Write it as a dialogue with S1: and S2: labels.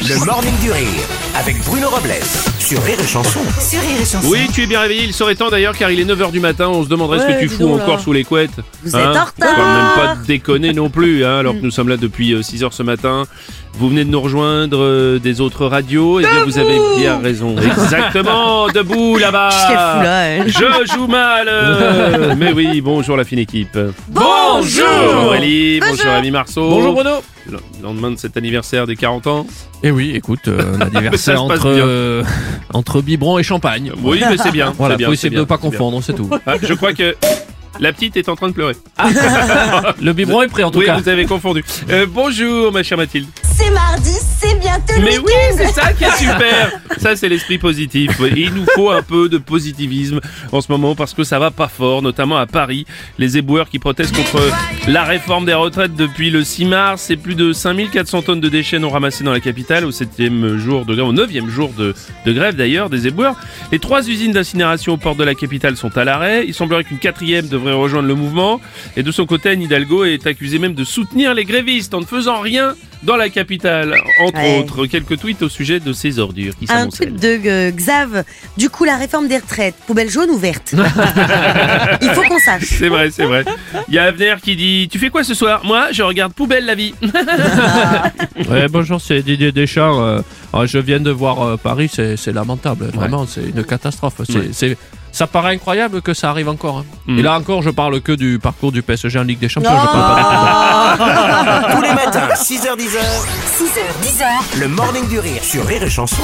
S1: Le Morning du Rire avec Bruno Robles sur Rire et Chanson.
S2: Sur Rire et Chanson.
S3: Oui, tu es bien réveillé, il serait temps d'ailleurs car il est 9h du matin, on se demanderait ce que
S2: Ouais,
S3: tu
S2: dis
S3: fous
S2: donc là.
S3: encore sous les couettes.
S2: Vous êtes en
S3: Faut quand
S2: retard.
S3: même pas déconner non plus, hein, alors que nous sommes là depuis 6h ce matin. Vous venez de nous rejoindre euh, des autres radios, et bien vous avez bien raison. Exactement, debout là-bas.
S2: J'étais fou, là, elle.
S3: Je joue mal. euh. Mais oui, bonjour la fine équipe.
S2: Bonjour.
S3: Bonjour Ali, bonjour Ami Marceau.
S4: Bonjour Bruno
S3: Le lendemain de cet anniversaire des 40 ans.
S4: Eh oui, écoute, euh, un
S3: Ça
S4: anniversaire
S3: se passe
S4: entre,
S3: bien.
S4: euh, entre biberon et champagne.
S3: Oui, mais c'est bien.
S4: Voilà,
S3: c'est bien,
S4: faut
S3: c'est
S4: essayer de
S3: bien,
S4: ne pas
S3: c'est bien.
S4: confondre, c'est tout.
S3: Ah, je crois que la petite est en train de pleurer.
S4: Le biberon est prêt en tout
S3: oui,
S4: cas.
S3: vous avez confondu. Euh, bonjour, ma chère Mathilde.
S5: C'est mardi, c'est bientôt le
S3: Mais oui,
S5: week-end.
S3: c'est ça qui est super. Ça, c'est l'esprit positif. Et il nous faut un peu de positivisme en ce moment parce que ça va pas fort, notamment à Paris. Les éboueurs qui protestent contre la réforme des retraites depuis le 6 mars. C'est plus de 5400 tonnes de déchets non ramassés dans la capitale au 7e jour de grève, au 9e jour de, de grève d'ailleurs des éboueurs. Les trois usines d'incinération aux portes de la capitale sont à l'arrêt. Il semblerait qu'une quatrième devrait rejoindre le mouvement. Et de son côté, Anne Hidalgo est accusée même de soutenir les grévistes en ne faisant rien dans la capitale. Entre
S2: Ouais.
S3: autres, quelques tweets au sujet de ces ordures qui
S2: Un tweet
S3: s'amoncellent.
S2: de euh, Xav. Du coup, la réforme des retraites, poubelle jaune ou verte Il faut qu'on sache.
S3: C'est vrai, c'est vrai. Il y a Avenir qui dit Tu fais quoi ce soir Moi, je regarde Poubelle la vie.
S4: Ouais, bonjour, c'est Didier Deschamps. euh, euh, je viens de voir euh, Paris, c'est c'est lamentable. Vraiment, c'est une catastrophe. C'est-
S3: Ouais.
S4: c'est- ça paraît incroyable que ça arrive encore. hein.
S3: Mm.
S4: Et là encore, je parle que du parcours du PSG en Ligue des Champions. je parle pas de-
S2: Oh
S1: Tous les matins, 6h10,
S5: 6h, 10h,
S1: le Morning du Rire sur Rire et Chanson.